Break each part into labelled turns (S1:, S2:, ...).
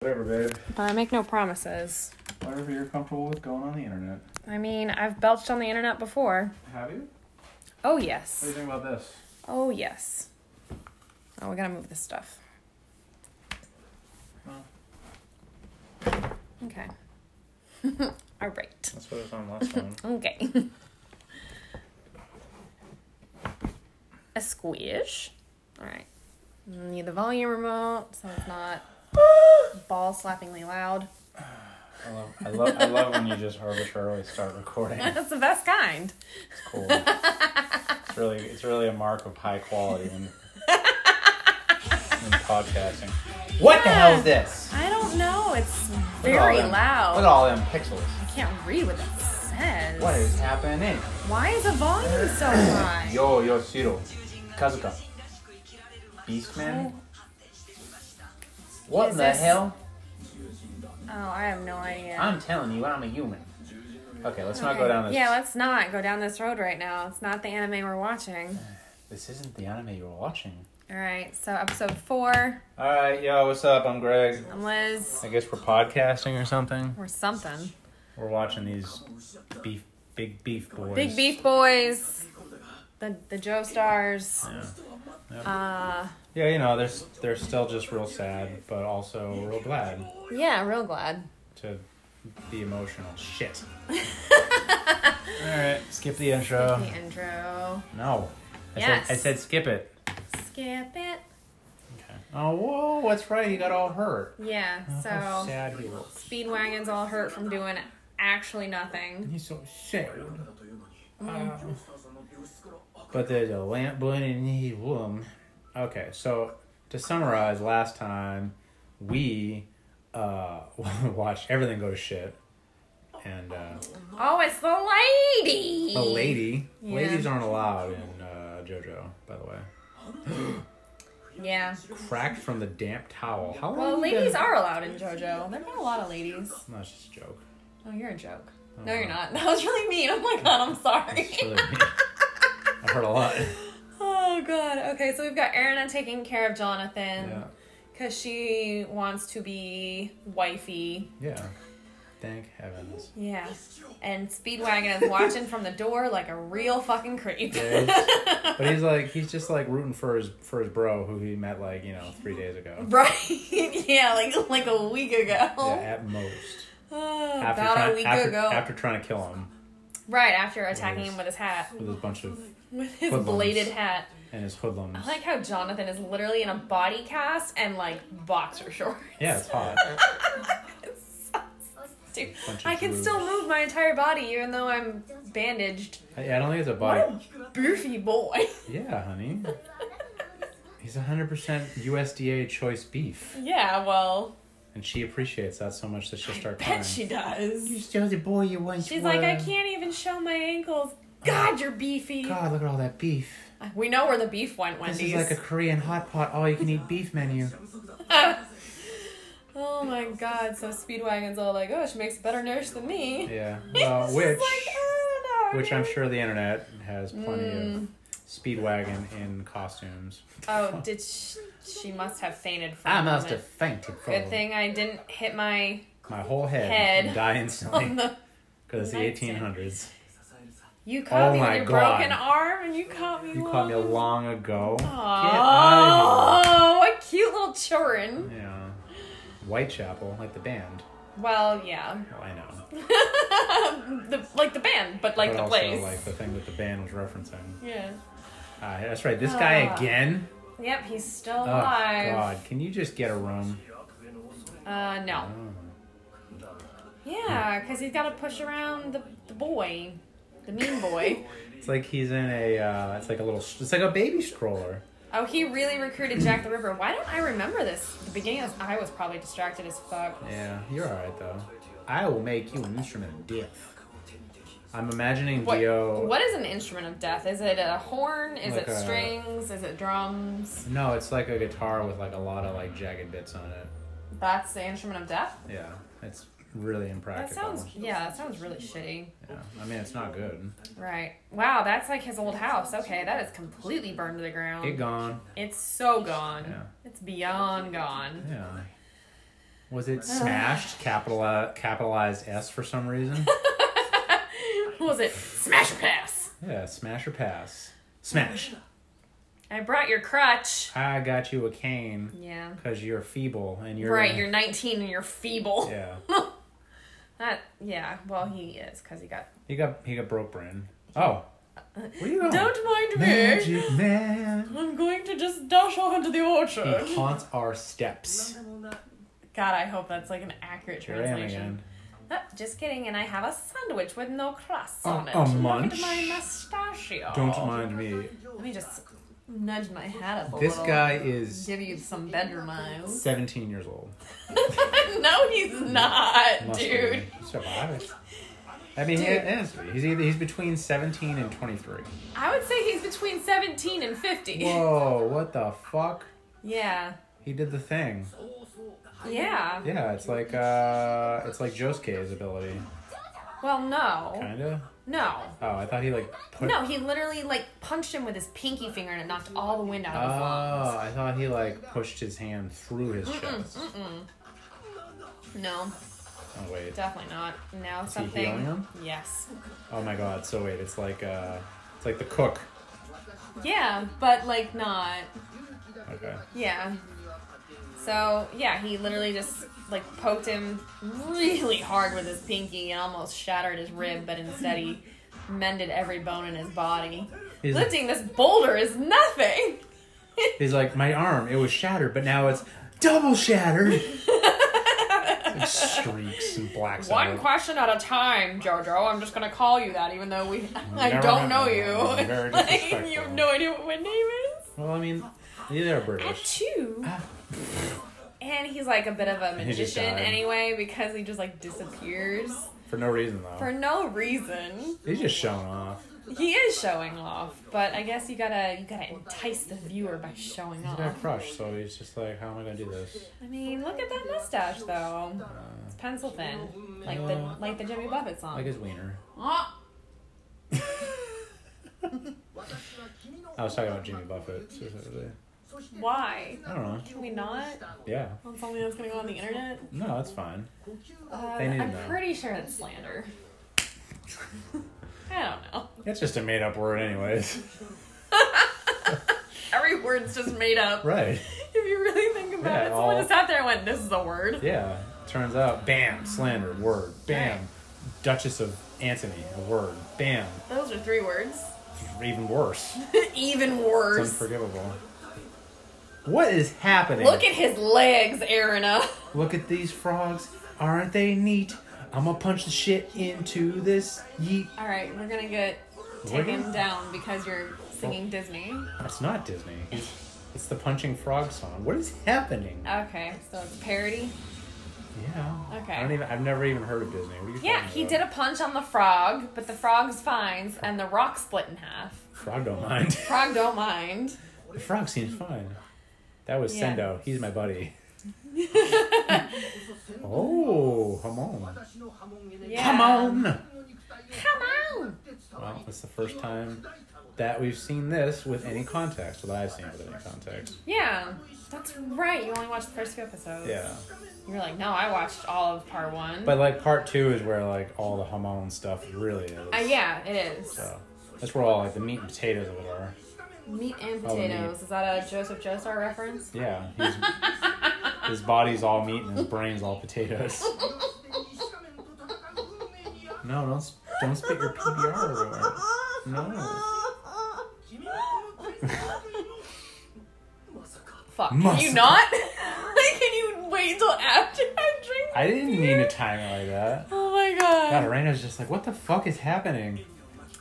S1: Whatever, babe.
S2: But I Uh, make no promises.
S1: Whatever you're comfortable with going on the internet.
S2: I mean, I've belched on the internet before.
S1: Have you?
S2: Oh,
S1: What do you
S2: yes.
S1: think about this?
S2: Oh, yes. Oh, we gotta move this stuff.
S1: Well.
S2: Okay. All right.
S1: That's what it was on last time.
S2: Okay. A squish. All right. Need the volume remote so it's not ball slappingly loud.
S1: I love, I love, I love when you just arbitrarily start recording. It's
S2: That's the best kind.
S1: cool. It's really, it's really a mark of high quality in, in podcasting. What the hell is this?
S2: I don't know. It's
S1: Look at all
S2: very
S1: them- Look at
S2: loud.
S1: all them pixels.
S2: I can't read what that says.
S1: What is happening?
S2: Why is the volume so high?
S1: Yo, Yoshiro. Kazuka. Beastman? What in the
S2: Jesus.
S1: hell?
S2: Oh, I have no idea.
S1: I'm telling you, I'm a human. Okay, let's not
S2: Okay.
S1: go down this.
S2: Yeah, let's not go down this road right now. It's not the anime we're watching.
S1: This isn't the anime you were watching.
S2: All right. So episode four.
S1: Alright, yo, what's up? I'm Greg.
S2: I'm Liz.
S1: I guess we're podcasting or something.
S2: Or something.
S1: We're watching these beef, big beef boys.
S2: Big Beef Boys, the the Joe Stars.
S1: Yeah.
S2: Uh,
S1: yeah, you know, they're, s- they're still just real sad, but also real glad
S2: yeah, real glad.
S1: to be emotional. Shit. Alright, skip the intro.
S2: the intro.
S1: No. I,
S2: Yes.
S1: said, I said skip it.
S2: Skip it.
S1: Oh, whoa, that's right. He got all hurt.
S2: Yeah.
S1: How
S2: So
S1: sad he was.
S2: Speedwagon's all hurt from doing actually nothing.
S1: He's so sad.
S2: Mm.
S1: Uh, but there's a lamp burning in his room. Okay, so to summarize, last time we uh, watched everything go to shit. And uh,
S2: Oh, it's the lady.
S1: a lady.
S2: Yeah.
S1: Ladies aren't allowed in uh, JoJo, by the way.
S2: Yeah.
S1: Cracked from the damp towel. How long
S2: Well,
S1: you
S2: ladies
S1: been-
S2: are allowed in JoJo. There have been a lot of ladies.
S1: No, it's just a joke.
S2: Oh, you're a joke. No, you're not. That was really mean. Oh my god, I'm sorry.
S1: It's really mean. I heard a lot.
S2: Oh god. Okay, so we've got Erina taking care of Jonathan.
S1: Yeah.
S2: Because she wants to be wifey.
S1: Yeah. Thank heavens.
S2: Yeah. And Speedwagon is watching from the door like a real fucking creep.
S1: Yeah, he's- but he's like he's just like rooting for his for his bro who he met like, you know, three days ago.
S2: right? Yeah, like like a week ago.
S1: Yeah, at most.
S2: Oh,
S1: After
S2: about
S1: trying,
S2: a week
S1: after,
S2: ago.
S1: after trying to kill him
S2: right, after attacking
S1: Yes.
S2: him with his hat.
S1: with his bunch of
S2: With his
S1: Hoodlums.
S2: bladed hat.
S1: and his hoodlums.
S2: I like how Jonathan is literally in a body cast and like boxer shorts.
S1: Yeah, it's hot.
S2: Dude,
S1: Bunch of
S2: I can
S1: boobs.
S2: still move my entire body even though I'm bandaged.
S1: I, I don't think it's a body.
S2: What a boofy boy.
S1: Yeah, honey. He's 100% USDA choice beef.
S2: yeah, well,
S1: And she appreciates that so much that she'll start crying.
S2: bet she does.
S1: still the boy you once
S2: She's like, I can't even show my ankles. God, you're beefy.
S1: Oh God, look at all that beef.
S2: We know where the beef went,
S1: This is
S2: Wendy's.
S1: like a Korean hot pot all you can eat beef menu.
S2: oh my god, so Speedwagon's all like, oh, she makes better nourish than me.
S1: Yeah. Well,
S2: She's
S1: which
S2: like, oh, no,
S1: which I'm
S2: dude."
S1: sure the internet has plenty
S2: Mm.
S1: of Speedwagon in costumes.
S2: Oh, did she, she must have fainted from
S1: I
S2: the
S1: must have
S2: moment.
S1: fainted
S2: Good
S1: from
S2: thing I didn't hit my
S1: my whole head,
S2: Head.
S1: and die
S2: on
S1: instantly
S2: the.
S1: because it's the
S2: Nightstand.
S1: 1800s.
S2: You caught
S1: Oh
S2: me with
S1: my
S2: your
S1: God.
S2: broken arm, and you caught me.
S1: You caught me
S2: walking.
S1: long ago. Get out of
S2: Oh, what cute little children.
S1: here. Yeah. Whitechapel, like the band.
S2: Well, yeah,
S1: Oh, I know.
S2: the like the band, but like
S1: but
S2: the
S1: also
S2: place.
S1: like the thing that the band was referencing.
S2: Yeah.
S1: Ah, that's right. This guy
S2: Ah.
S1: again.
S2: Yep, he's still
S1: Oh
S2: alive.
S1: God! Can you just get a room?
S2: Uh, no.
S1: Oh.
S2: Yeah, because he's got to push around the, the boy, the mean boy.
S1: It's like he's in a. Uh, it's like a little. It's like a baby stroller.
S2: oh, he really recruited Jack the Ripper. Why don't I remember this? The beginning of this, I was probably distracted as fuck.
S1: Yeah, you're alright though. I will make you an instrument of death. I'm imagining
S2: What,
S1: Dio.
S2: what is an instrument of death? Is it a horn? Is
S1: Like
S2: it
S1: a-
S2: strings? Is it drums?
S1: No, it's like a guitar with like a lot of like jagged bits on it.
S2: That's the instrument of death?
S1: Yeah, it's really
S2: That
S1: impractical.
S2: sounds, yeah, that sounds really shitty.
S1: Yeah. I mean, it's not good.
S2: Right. Wow, that's like his old house. Okay, that is completely burned to the ground.
S1: It gone.
S2: It's so gone.
S1: Yeah.
S2: It's beyond gone.
S1: Yeah. Was it smashed? Capital uh, capitalized S for some reason.
S2: was it? Smash or pass?
S1: yeah, smash or pass. Smash.
S2: I brought your crutch.
S1: I got you a cane
S2: Yeah.
S1: because you're feeble and you're
S2: right, you're 19 and you're feeble.
S1: yeah.
S2: That, yeah, well, he is because he got.
S1: He got he got broke, Bryn. Oh, where you going?
S2: Don't mind me.
S1: Oh. Magic man.
S2: I'm going to just dash off into the orchard.
S1: He haunts our steps.
S2: God, I hope that's like an accurate
S1: Here I am
S2: translation.
S1: again.
S2: Oh, just kidding, and I have a sandwich with no crust
S1: Oh,
S2: on it.
S1: a
S2: Look
S1: munch?
S2: at my mustachio.
S1: Don't mind me.
S2: Let me just nudge my hat up a
S1: This
S2: little.
S1: guy is
S2: Give you some bedroom miles.
S1: 17 years old.
S2: no, he's not,
S1: Mm. Must be.
S2: dude.
S1: Survive it. I mean, he
S2: Dude.
S1: has to be. He's either, he's between 17 and 23.
S2: I would say he's between 17 and 50.
S1: Whoa, what the fuck?
S2: Yeah.
S1: He did the thing.
S2: Yeah.
S1: Yeah, it's like uh it's like Josuke's ability.
S2: Well, no.
S1: Kinda?
S2: No.
S1: Oh, I thought he like put
S2: No, he literally like punched him with his pinky finger and it knocked all the wind out
S1: Oh,
S2: of his lungs.
S1: I thought he like pushed his hand through his chest.
S2: No,
S1: Oh wait.
S2: definitely not. Now
S1: he
S2: something.
S1: healing him?
S2: Yes.
S1: Oh my god, so wait, it's like uh it's like the cook.
S2: Yeah, but like not.
S1: Okay.
S2: Yeah. So yeah, he literally just like poked him really hard with his pinky and almost shattered his rib, but instead he mended every bone in his body.
S1: He's,
S2: Lifting this boulder is nothing.
S1: he's like, My arm, it was shattered, but now it's double shattered. Like, streaks and blacks out.
S2: One question at a time, Jojo. I'm just gonna call you that, even though we I
S1: Never mind.
S2: don't know you.
S1: Very
S2: like,
S1: disrespectful.
S2: you have no idea what my name is.
S1: Well, I mean, neither are
S2: At
S1: British.
S2: two. And he's like a bit of a
S1: Ah. He just
S2: magician
S1: died.
S2: anyway because he just like disappears
S1: For no reason, though.
S2: for no reason.
S1: He's just showing off.
S2: He is showing off, but I guess you gotta you gotta entice the viewer by showing
S1: He's got a
S2: off.
S1: crush, so he's just like, how am I gonna do this?
S2: I mean, look at that mustache though. It's pencil thin, like the like the Jimmy Buffett song.
S1: Like his wiener.
S2: Ah.
S1: I was talking about Jimmy Buffett. specifically.
S2: Why?
S1: I don't know.
S2: Can we not?
S1: Yeah.
S2: On something that's gonna go on the internet?
S1: No, that's fine.
S2: Uh,
S1: They need to
S2: I'm
S1: know.
S2: pretty sure it's slander. I don't know.
S1: It's just a made up word, anyways.
S2: Every word's just made up.
S1: Right.
S2: If you really think about
S1: Yeah,
S2: it, someone
S1: all-
S2: just sat there and went, "This is a word."
S1: Yeah. Turns out, bam, slander, word. Bam,
S2: Right.
S1: Duchess of Antony, a word. Bam,
S2: Those are three words.
S1: even worse.
S2: Even
S1: It's
S2: worse.
S1: unforgivable. What is happening?
S2: Look at his legs, Erina.
S1: Look at these frogs. Aren't they neat? I'm gonna punch the shit into this yeet.
S2: All right, we're gonna get
S1: What?
S2: taken down because you're singing Disney.
S1: That's not Disney. It's the punching frog song. What is happening?
S2: Okay, so it's parody.
S1: Yeah.
S2: Okay.
S1: I don't even. I've never even heard of Disney. What are you
S2: Yeah,
S1: talking
S2: he
S1: about?
S2: did a punch on the frog, but the frog's fine, and the rock split in half.
S1: Frog don't mind.
S2: Frog don't mind.
S1: the frog seems fine. That was
S2: Yeah.
S1: Sendo. He's my buddy. oh, come on.
S2: Yeah.
S1: Come on.
S2: Come on.
S1: Well, it's the first time that we've seen this with any context. Well, that I've seen it with any context.
S2: Yeah, that's right. You only watched the first few episodes.
S1: Yeah.
S2: You were like, no, I watched all of part one.
S1: But like part two is where like all the hamon stuff really is.
S2: uh, yeah, it is.
S1: So that's where all like the meat and potatoes of it are.
S2: Meat and
S1: Oh, meat.
S2: potatoes. Is that a Joseph Joestar reference?
S1: Yeah. He's, his body's all meat and his brain's all potatoes. No, don't s- don't spit your PBR everywhere. No.
S2: Fuck. Can
S1: Must-
S2: you not? like, can you wait till after I drink?
S1: I didn't mean to time it like that.
S2: Oh my
S1: God,
S2: god.
S1: Arena's just like, what the fuck is happening?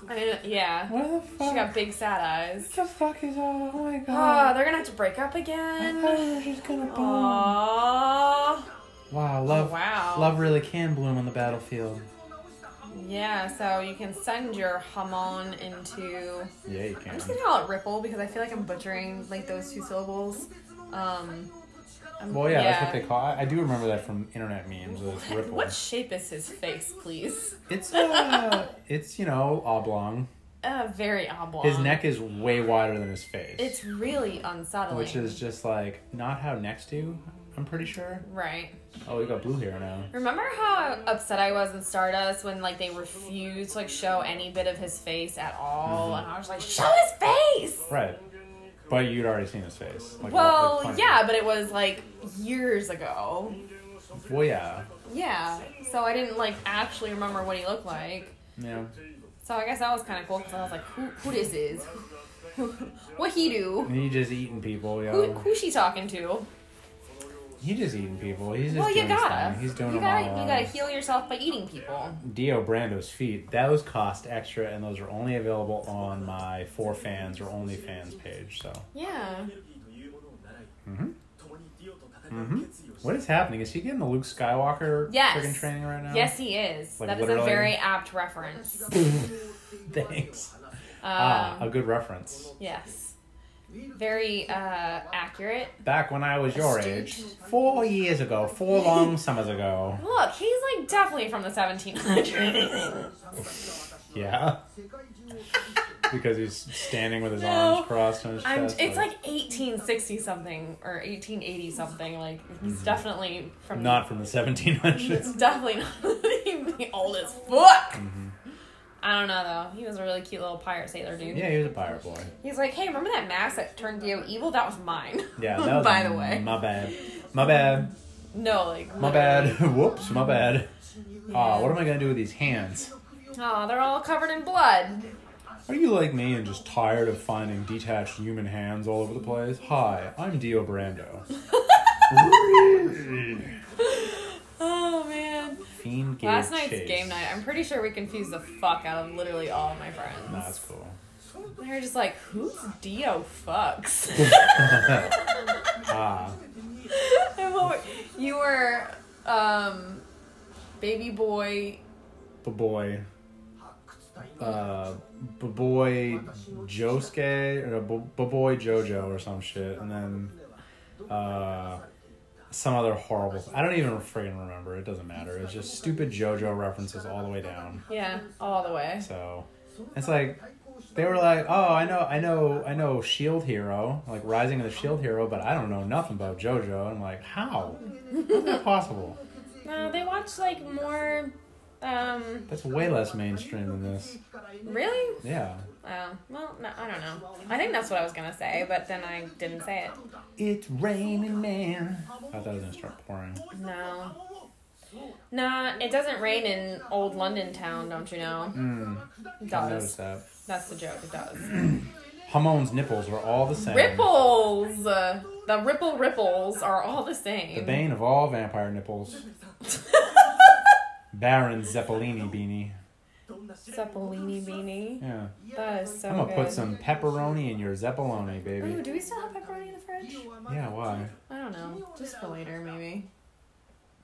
S2: I mean, yeah.
S1: What the
S2: She got
S1: fuck?
S2: big sad eyes.
S1: What the fuck is all? Oh my
S2: Oh,
S1: god.
S2: they're gonna have to break up
S1: I
S2: again.
S1: thought we were just gonna bomb.
S2: Aww.
S1: Wow, love,
S2: Oh, Wow.
S1: love really can bloom on the battlefield.
S2: Yeah, so you can send your hamon into
S1: Yeah, you
S2: I'm
S1: can.
S2: just gonna call it Ripple because I feel like I'm butchering like those two syllables. Um, I'm-
S1: Well, yeah, that's what they call. I, I do remember that from internet memes. that It's ripple.
S2: What shape is his face, please?
S1: It's uh, it's you know oblong.
S2: Uh, very oblong.
S1: His neck is way wider than his face,
S2: It's really unsettling.
S1: which is just like not how necks do. I'm pretty sure.
S2: Right.
S1: Oh, you got blue hair now.
S2: Remember how upset I was in Stardust when like they refused to like show any bit of his face at all,
S1: Mm-hmm.
S2: and I was like, show his face.
S1: Right. But you'd already seen his face. Like,
S2: Well,
S1: like, plenty.
S2: yeah, but it was like years ago.
S1: Well, yeah.
S2: Yeah, so I didn't like actually remember what he looked like.
S1: Yeah.
S2: So I guess that was kind of cool because I was like, who, who this is? what he do?
S1: And he just eating people, yo.
S2: Who, who she talking to?
S1: He just eating people. He's just
S2: Well,
S1: doing
S2: you
S1: his
S2: gotta.
S1: thing. He's doing
S2: you
S1: them
S2: gotta,
S1: all.
S2: you gotta heal yourself by eating people.
S1: Dio Brando's feet. Those cost extra, and those are only available on my for fans or OnlyFans page. So,
S2: Yeah.
S1: hmm what is happening? Is he getting the Luke Skywalker
S2: Yes.
S1: friggin' training right now?
S2: Yes, he is.
S1: Like,
S2: that is
S1: literally?
S2: a very apt reference. Um,
S1: Thanks. ah,
S2: uh,
S1: a good reference.
S2: yes. Very uh, accurate.
S1: Back when I was your age, four years ago, four long summers ago.
S2: Look, he's like definitely from the 1700s.
S1: Yeah. because he's standing with his
S2: No.
S1: arms crossed on his
S2: I'm,
S1: chest.
S2: it's like 1860 something or 1880 something. Like he's definitely from
S1: Mm-hmm. not from the 1700s.
S2: It's definitely not the oldest fuck.
S1: Mm-hmm.
S2: I don't know though. He was a really cute little pirate sailor dude.
S1: Yeah, he was a pirate boy.
S2: He's like, hey, remember that mask that turned Dio evil? That was mine.
S1: Yeah, that was
S2: by the way.
S1: my bad, my bad,
S2: no, like
S1: my bad. Whoops, my bad. Ah, what am I gonna do with these hands?
S2: Oh, they're all covered in blood.
S1: Are you like me and just tired of finding detached human hands all over the place? Hi, I'm Dio Brando.
S2: Oh man.
S1: Fiend gave
S2: Last night's
S1: chase.
S2: game night, I'm pretty sure we confused the fuck out of literally all of my friends.
S1: Nah, That's cool.
S2: They were just like, who's Dio fucks?
S1: Ah,
S2: And what were- you were um baby boy
S1: the boy. Uh, b boy Josuke or b boy Jojo or some shit, and then uh, some other horrible. I don't even friggin' remember. It doesn't matter. It's just stupid JoJo references all the way down.
S2: Yeah, all the way.
S1: So it's like they were like, "Oh, I know, I know, I know Shield Hero, like Rising of the Shield Hero, but I don't know nothing about JoJo." I'm like, "How? How's that possible?
S2: No, they watch like more um
S1: That's way less mainstream than this."
S2: really?
S1: Yeah,
S2: Um, well, no, I don't know. I think that's what I was gonna say, but then I didn't say it.
S1: it's raining man. I thought it was gonna start pouring.
S2: No. Nah, it doesn't rain in old London town, don't you know?
S1: Mm,
S2: It
S1: I noticed
S2: does.
S1: that.
S2: That's the joke, it does.
S1: Hamon's nipples were all the same.
S2: Ripples! Uh, The ripple ripples are all the
S1: The
S2: same.
S1: bane of all vampire nipples. Baron Zeppelini beanie.
S2: Zeppelini beanie.
S1: Yeah.
S2: That is so
S1: I'm gonna
S2: good.
S1: put some pepperoni in your Zeppeloni,
S2: Ooh,
S1: baby.
S2: do we still have pepperoni in the fridge?
S1: Yeah, why?
S2: I don't know. Just for later, maybe.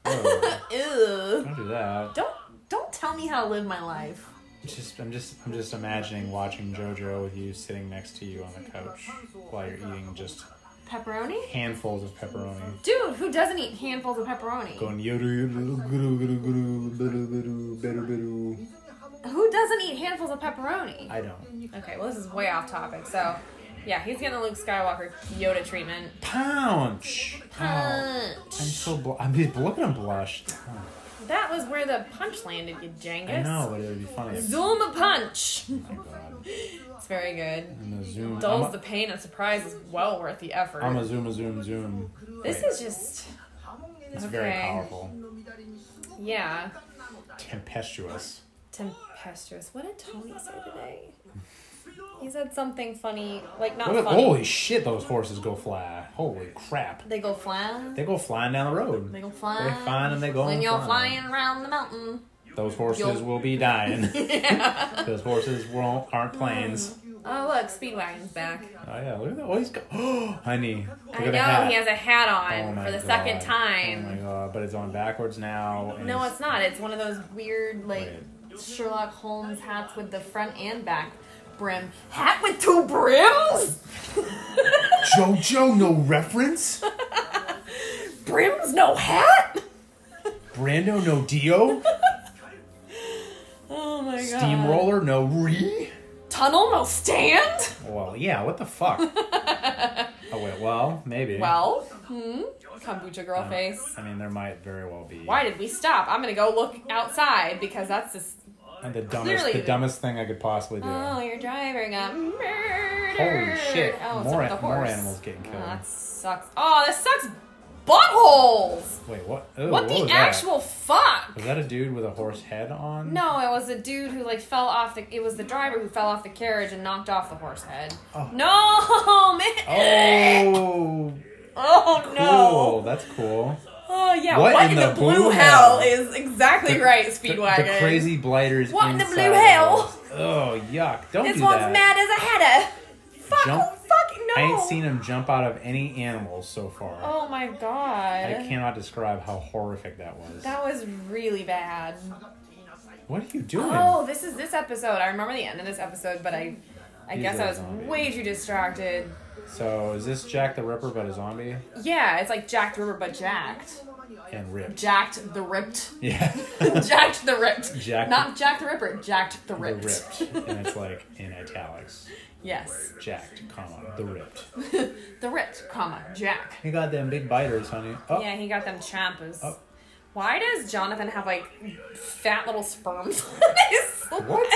S1: Oh,
S2: Ew.
S1: don't do that.
S2: Don't don't tell me how to live my life.
S1: It's just I'm just I'm just imagining watching JoJo with you sitting next to you on the couch while you're eating just
S2: Pepperoni?
S1: handfuls of pepperoni.
S2: Dude, who doesn't eat handfuls of pepperoni?
S1: Going yoru yoru guru guru guru beru beru beru beru.
S2: Who doesn't eat handfuls of pepperoni?
S1: I don't.
S2: Okay, well this is way off topic. So, yeah, he's getting the Luke Skywalker Yoda treatment.
S1: Punch. Oh, I'm
S2: Punch.
S1: so bl- I'm just look at him blush. Oh,
S2: That was where the punch landed, you
S1: I
S2: Jengus.
S1: know, but it would be funny. if-
S2: Zoom a punch.
S1: Oh my god.
S2: It's very good.
S1: I'm gonna zoom. I'm
S2: Dulls
S1: a-
S2: the pain and surprise is well worth the effort.
S1: I'm a zoom a zoom zoom.
S2: this is just
S1: It's very
S2: Okay.
S1: powerful.
S2: yeah
S1: Tempestuous.
S2: tempestuous. What did Tony say today? He said something funny, like not
S1: Look at,
S2: funny.
S1: holy shit, those horses go fly. Holy crap.
S2: They go flying.
S1: They go flying down the road.
S2: They go
S1: They
S2: flying.
S1: find and they go
S2: When
S1: and
S2: you're
S1: flying.
S2: flying around the mountain.
S1: Those horses
S2: You'll-
S1: will be dying. Those horses won't, aren't planes.
S2: Oh look, Speedwagon's back.
S1: Oh yeah, look at that. Oh, he's got. honey. Look
S2: I
S1: at
S2: know
S1: the hat.
S2: he has a hat on
S1: Oh, my
S2: for the
S1: God.
S2: second
S1: Oh my
S2: time.
S1: god! But it's on backwards now. and
S2: no, it's not. It's one of those weird like Sherlock Holmes hats with the front and back brim. Hat with two brims?
S1: JoJo, no reference.
S2: Brims, no hat?
S1: Brando, no Dio.
S2: Oh my god.
S1: Steamroller, no Re.
S2: Tunnel, no stand?
S1: Well, yeah. What the fuck? oh wait. Well, maybe.
S2: Well, Hmm? Kombucha girl
S1: Um,
S2: face.
S1: I mean, there might very well be.
S2: Why did we stop? I'm gonna go look outside because that's just.
S1: And the dumbest,
S2: Clearly-
S1: the dumbest thing I could possibly do.
S2: Oh, you're driving a murder.
S1: Holy shit!
S2: Oh, it's
S1: more
S2: up the
S1: an- more
S2: horse.
S1: animals getting
S2: Oh,
S1: killed.
S2: that sucks. Oh, this sucks. Buttholes.
S1: Wait, what? Oh,
S2: what,
S1: what
S2: the
S1: was That?
S2: actual
S1: Was
S2: fuck?
S1: that a dude with a horse head on?
S2: No, it was a dude who like fell off the. It was the driver who fell off the carriage and knocked off the horse head.
S1: Oh.
S2: No, man.
S1: Oh,
S2: Oh,
S1: cool.
S2: no.
S1: That's cool.
S2: Oh yeah.
S1: What
S2: What,
S1: in
S2: in the,
S1: the
S2: blue,
S1: blue hell?
S2: hell is exactly
S1: The-
S2: right,
S1: the-
S2: Speedwagon.
S1: The, crazy blighters.
S2: What in the
S1: inside
S2: blue hell?
S1: of those. Oh, yuck! Don't
S2: This
S1: do
S2: one's
S1: that.
S2: mad as a hatter. Fuck,
S1: Jump-
S2: fuck no.
S1: I ain't seen him jump out of any animals so far.
S2: Oh my god.
S1: I cannot describe how horrific that was.
S2: That was really bad.
S1: What are you doing?
S2: Oh, this is this episode. I remember the end of this episode, but I, I
S1: He's
S2: guess
S1: a
S2: I was
S1: zombie.
S2: way too distracted.
S1: So is this Jack the Ripper but a zombie
S2: Yeah, it's like Jacked River, but jacked.
S1: and ripped?
S2: Jacked the ripped.
S1: Yeah.
S2: jacked the ripped.
S1: Jacked-
S2: Not Jack the Ripper. Jacked the
S1: the
S2: ripped.
S1: ripped, and it's like in italics.
S2: yes,
S1: Jacked, comma the ripped.
S2: the ripped, comma Jack.
S1: You got them big biters, honey. Oh,
S2: Yeah, he got them champas.
S1: Oh.
S2: Why does Jonathan have like fat little sperms on his sweater?
S1: What?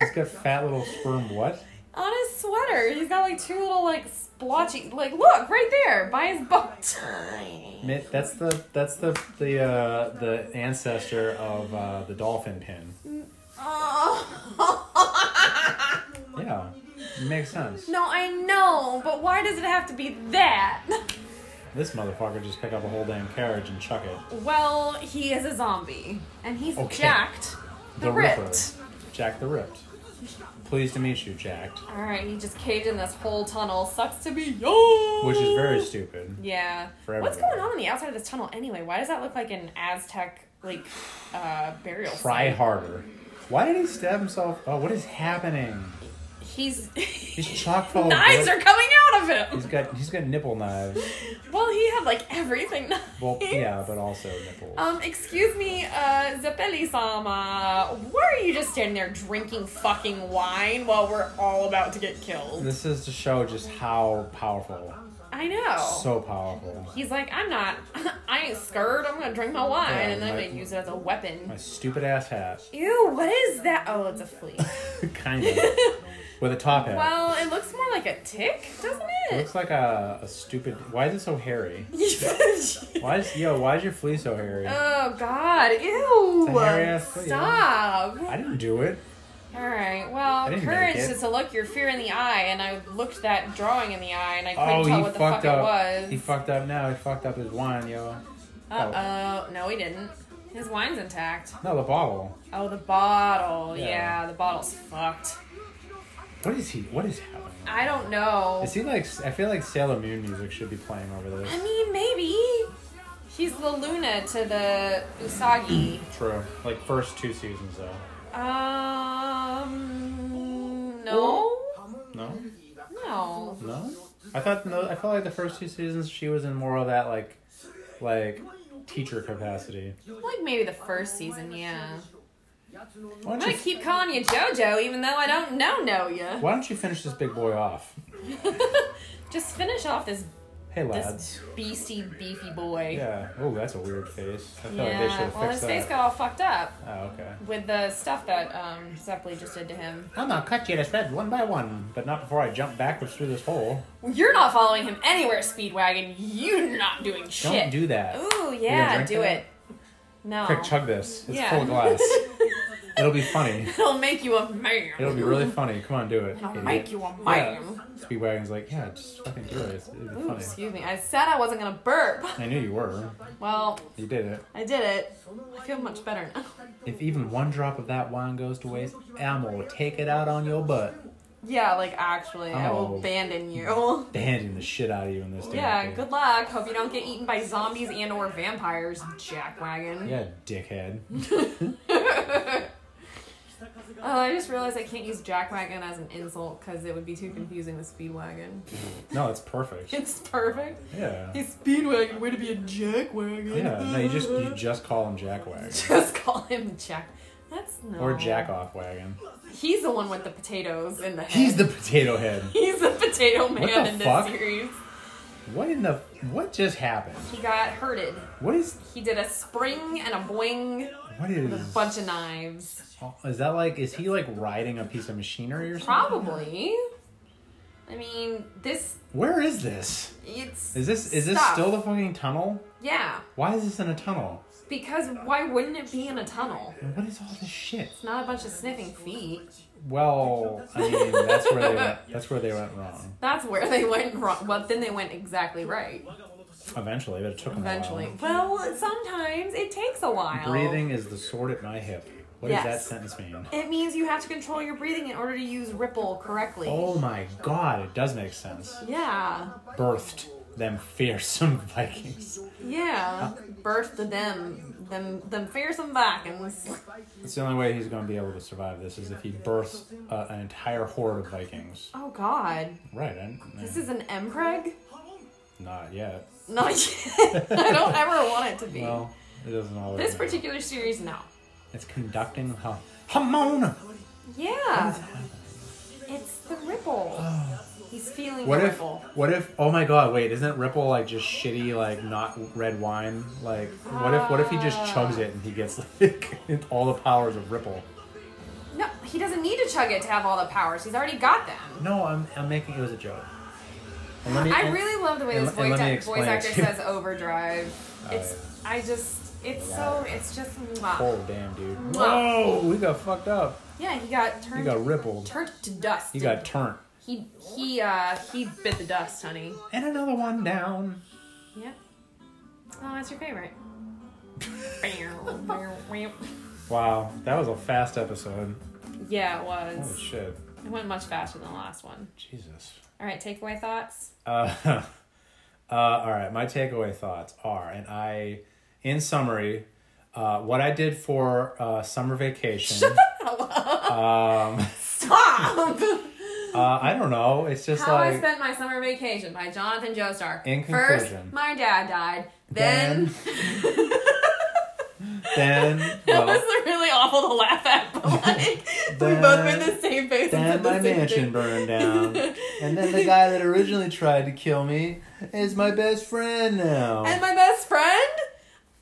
S1: he's got fat little sperm. What?
S2: On his sweater, he's got like two little like splotchy. Like, look right there by his butt.
S1: Mi- That's the that's the the uh, the ancestor of uh, the dolphin pin.
S2: Oh.
S1: Yeah, makes sense.
S2: no, I know, but why does it have to be that?
S1: This motherfucker just pick up a whole damn carriage and chuck it.
S2: Well, he is a zombie, and he's
S1: Okay.
S2: jacked. The, ripped.
S1: Jack the Ripped. Pleased to meet you, Jack.
S2: All right, he just caved in this whole tunnel. Sucks to be you.
S1: Which is very stupid.
S2: Yeah.
S1: For
S2: What's
S1: everybody.
S2: going on on the outside of this tunnel anyway? Why does that look like an Aztec like uh, burial
S1: Try
S2: site?
S1: harder. Why did he stab himself? Oh, what is happening?
S2: He's
S1: He's chock full of
S2: knives
S1: blood.
S2: are coming out of him.
S1: He's got he's got nipple knives.
S2: Well, he had like everything. knives.
S1: Well, yeah, but also nipples.
S2: Um, excuse me, uh, Zeppeli sama. Why are you just standing there drinking fucking wine while we're all about to get killed?
S1: This is to show just how powerful,
S2: I know.
S1: so powerful.
S2: He's like, I'm not, I ain't scared. I'm gonna drink my wine
S1: Yeah,
S2: and then
S1: my-
S2: I'm gonna use it as a weapon.
S1: My stupid ass hat,
S2: Ew, what is that? Oh, it's a flea.
S1: kind of, with a top hat.
S2: Well, it looks more like a tick, doesn't
S1: it
S2: it?
S1: looks like a, a stupid. Why is it so hairy? Why is yo? Why is your flea so hairy?
S2: oh God!
S1: It's a hairy-ass
S2: Ew!
S1: flea.
S2: Stop!
S1: I didn't do it.
S2: All right. Well,
S1: didn't
S2: courage
S1: make it.
S2: is to look your fear in the eye, and I looked that drawing in the eye, and I couldn't
S1: Oh,
S2: tell
S1: he
S2: what the fuck
S1: fucked
S2: it
S1: up.
S2: was.
S1: He fucked up now. He fucked up his wine, yo.
S2: uh oh! No, he didn't. His wine's intact.
S1: No, the bottle.
S2: Oh, the bottle.
S1: Yeah.
S2: Yeah, the bottle's fucked.
S1: What is he? What is happening?
S2: I don't know.
S1: Is he like? I feel like Sailor Moon music should be playing over this.
S2: I mean, maybe he's the Luna to the Usagi.
S1: True. Like first two seasons though.
S2: Um, no,
S1: No.
S2: no.
S1: No, I thought no. I felt like the first two seasons she was in more of that like, like, teacher capacity.
S2: Like maybe the first season, yeah.
S1: Why
S2: I'm
S1: don't
S2: gonna
S1: you,
S2: keep calling you JoJo, even though I don't know know you.
S1: why don't you finish this big boy off?
S2: Just finish off this
S1: Hey lads.
S2: this beastie beefy boy.
S1: Yeah. Oh, that's a weird face. I feel like they should
S2: Yeah,
S1: have
S2: well, his
S1: fixed
S2: face
S1: that.
S2: got all fucked up
S1: Oh, okay.
S2: with the stuff that um, Zeppeli just did to him.
S1: I'm gonna cut you to shreds one by one, but not before I jump backwards through this hole.
S2: You're not following him anywhere, Speedwagon. You're not doing
S1: Don't
S2: shit.
S1: do that.
S2: Ooh,
S1: drink
S2: yeah, do
S1: that?
S2: it. No.
S1: Quick, chug this. It's
S2: Yeah.
S1: full of glass. It'll be funny.
S2: It'll make you a man.
S1: It'll be really funny. Come on, do it.
S2: It'll
S1: idiot.
S2: make you a
S1: Yeah.
S2: man.
S1: Speedwagon's like, yeah, just fucking do it. It's- It'll be
S2: Ooh,
S1: funny.
S2: excuse me. I said I wasn't gonna burp.
S1: I knew you were.
S2: Well,
S1: You did it.
S2: I did it. I feel much better now.
S1: If even one drop of that wine goes to waste, I'm gonna take it out on your butt.
S2: Yeah, like actually, I
S1: Oh.
S2: will abandon you.
S1: Banding the shit out of you in this damn
S2: Yeah,
S1: thing.
S2: good luck. Hope you don't get eaten by zombies and or vampires, jackwagon.
S1: Yeah, dickhead.
S2: Uh, I just realized I can't use jackwagon as an insult because it would be too confusing with speedwagon.
S1: No, it's perfect.
S2: It's perfect.
S1: Yeah.
S2: Hey, speedwagon, way to be a jackwagon.
S1: Yeah. No, you just you just call him Jack Wagon.
S2: Just call him Jack. That's no.
S1: Or Jack Off Wagon.
S2: He's the one with the potatoes in the head.
S1: He's the potato head.
S2: He's the potato man
S1: the
S2: in
S1: fuck?
S2: this series.
S1: What in the? What just happened?
S2: He got hurted.
S1: What is?
S2: He did a spring and a boing
S1: What is?
S2: with a bunch of knives.
S1: Is that like? Is he like riding a piece of machinery or something?
S2: Probably. I mean, this
S1: Where is this?
S2: it's
S1: Is this? Is this
S2: stuff.
S1: still the fucking tunnel?
S2: Yeah.
S1: Why is this in a tunnel?
S2: Because why wouldn't it be in a tunnel?
S1: And what is all this shit?
S2: It's not a bunch of sniffing feet.
S1: Well, I mean, that's where they went. That's where they went wrong.
S2: That's where they went wrong. Well, then they went exactly right.
S1: Eventually, but it took them
S2: Eventually. Well, sometimes it takes a
S1: A
S2: while.
S1: while. Breathing is the sword at my hip. What does that
S2: Yes.
S1: sentence mean?
S2: It means you have to control your breathing in order to use ripple correctly.
S1: Oh my god, it does make sense.
S2: Yeah.
S1: Birthed them fearsome Vikings.
S2: Yeah. Birth to them. Them them fearsome Vikings.
S1: It's the only way he's going to be able to survive this is if he births uh, an entire horde of Vikings.
S2: Oh god.
S1: Right, and
S2: This is an Mpreg?
S1: not yet.
S2: Not yet. I don't ever want it to be.
S1: Well, it doesn't always.
S2: this
S1: matter.
S2: particular series, no.
S1: It's conducting. Hum- Hamona!
S2: Yeah. It's the ripple. He's feeling
S1: What
S2: the
S1: if?
S2: ripple.
S1: What if? Oh my God! Wait, isn't Ripple like just shitty, like not red wine? Like, what if? What if he just
S2: Ah.
S1: chugs it and he gets like all the powers of Ripple?
S2: No, he doesn't need to chug it to have all the powers. He's already got them.
S1: No, I'm, I'm making it was a joke. And let me-
S2: I
S1: and-
S2: really love the way
S1: and
S2: this
S1: let- and
S2: voice,
S1: let me
S2: act-
S1: explain
S2: voice
S1: it
S2: actor
S1: to you.
S2: says overdrive. It's I just it's so it's just mwah.
S1: Oh damn, dude!
S2: Mwah.
S1: Whoa, we got fucked up.
S2: yeah. He got
S1: You
S2: turned
S1: got rippled.
S2: turned to dust.
S1: You got turnt.
S2: he he uh he bit the dust, honey.
S1: And another one down.
S2: Yep. Oh, that's your favorite. Meow, meow, meow.
S1: Wow, that was a fast episode.
S2: yeah, it
S1: Holy
S2: was.
S1: shit,
S2: It went much faster than the last one.
S1: Jesus.
S2: All right, takeaway thoughts.
S1: Uh, uh, all right, my takeaway thoughts are, and I, in summary, uh, what I did for uh, summer vacation. um,
S2: Stop.
S1: uh, I don't know. It's just
S2: How
S1: like
S2: I Spent My Summer Vacation by Jonathan Joestar.
S1: In
S2: First,
S1: conclusion.
S2: my dad died. Then,
S1: then.
S2: it
S1: Well,
S2: was really awful to laugh at, but like we
S1: Then-
S2: both made the same face and
S1: Then
S2: said the
S1: my
S2: same
S1: mansion
S2: thing.
S1: burned down. and then the guy that originally tried to kill me is my best friend now.
S2: And my best friend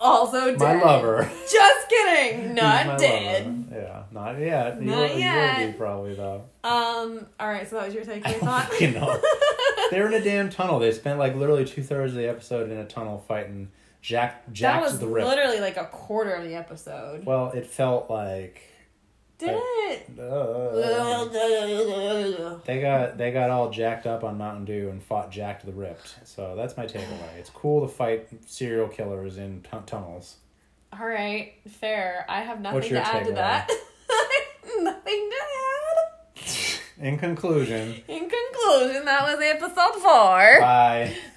S2: also dead.
S1: Oh. my lover.
S2: Just
S1: He's
S2: kidding,
S1: my
S2: not dead.
S1: lover. Yeah, not yet.
S2: Not
S1: will, You will
S2: yet.
S1: be probably though.
S2: Um. All right, so that was your
S1: I
S2: takeaway
S1: don't
S2: thought.
S1: fucking know. They're in a damn tunnel. They spent like literally two thirds of the episode in a tunnel fighting Jack
S2: that
S1: Jack to
S2: was
S1: the Rip.
S2: literally like a quarter of the episode.
S1: well, it felt like
S2: Did it?
S1: uh, they got they got all jacked up on Mountain Dew and fought Jack to the Ripped. So that's my takeaway. It's cool to fight serial killers in t- tunnels.
S2: All right, fair. I have nothing
S1: What's
S2: to
S1: your
S2: add to
S1: takeaway?
S2: that. nothing to add.
S1: In conclusion,
S2: In conclusion, that was episode four.
S1: bye.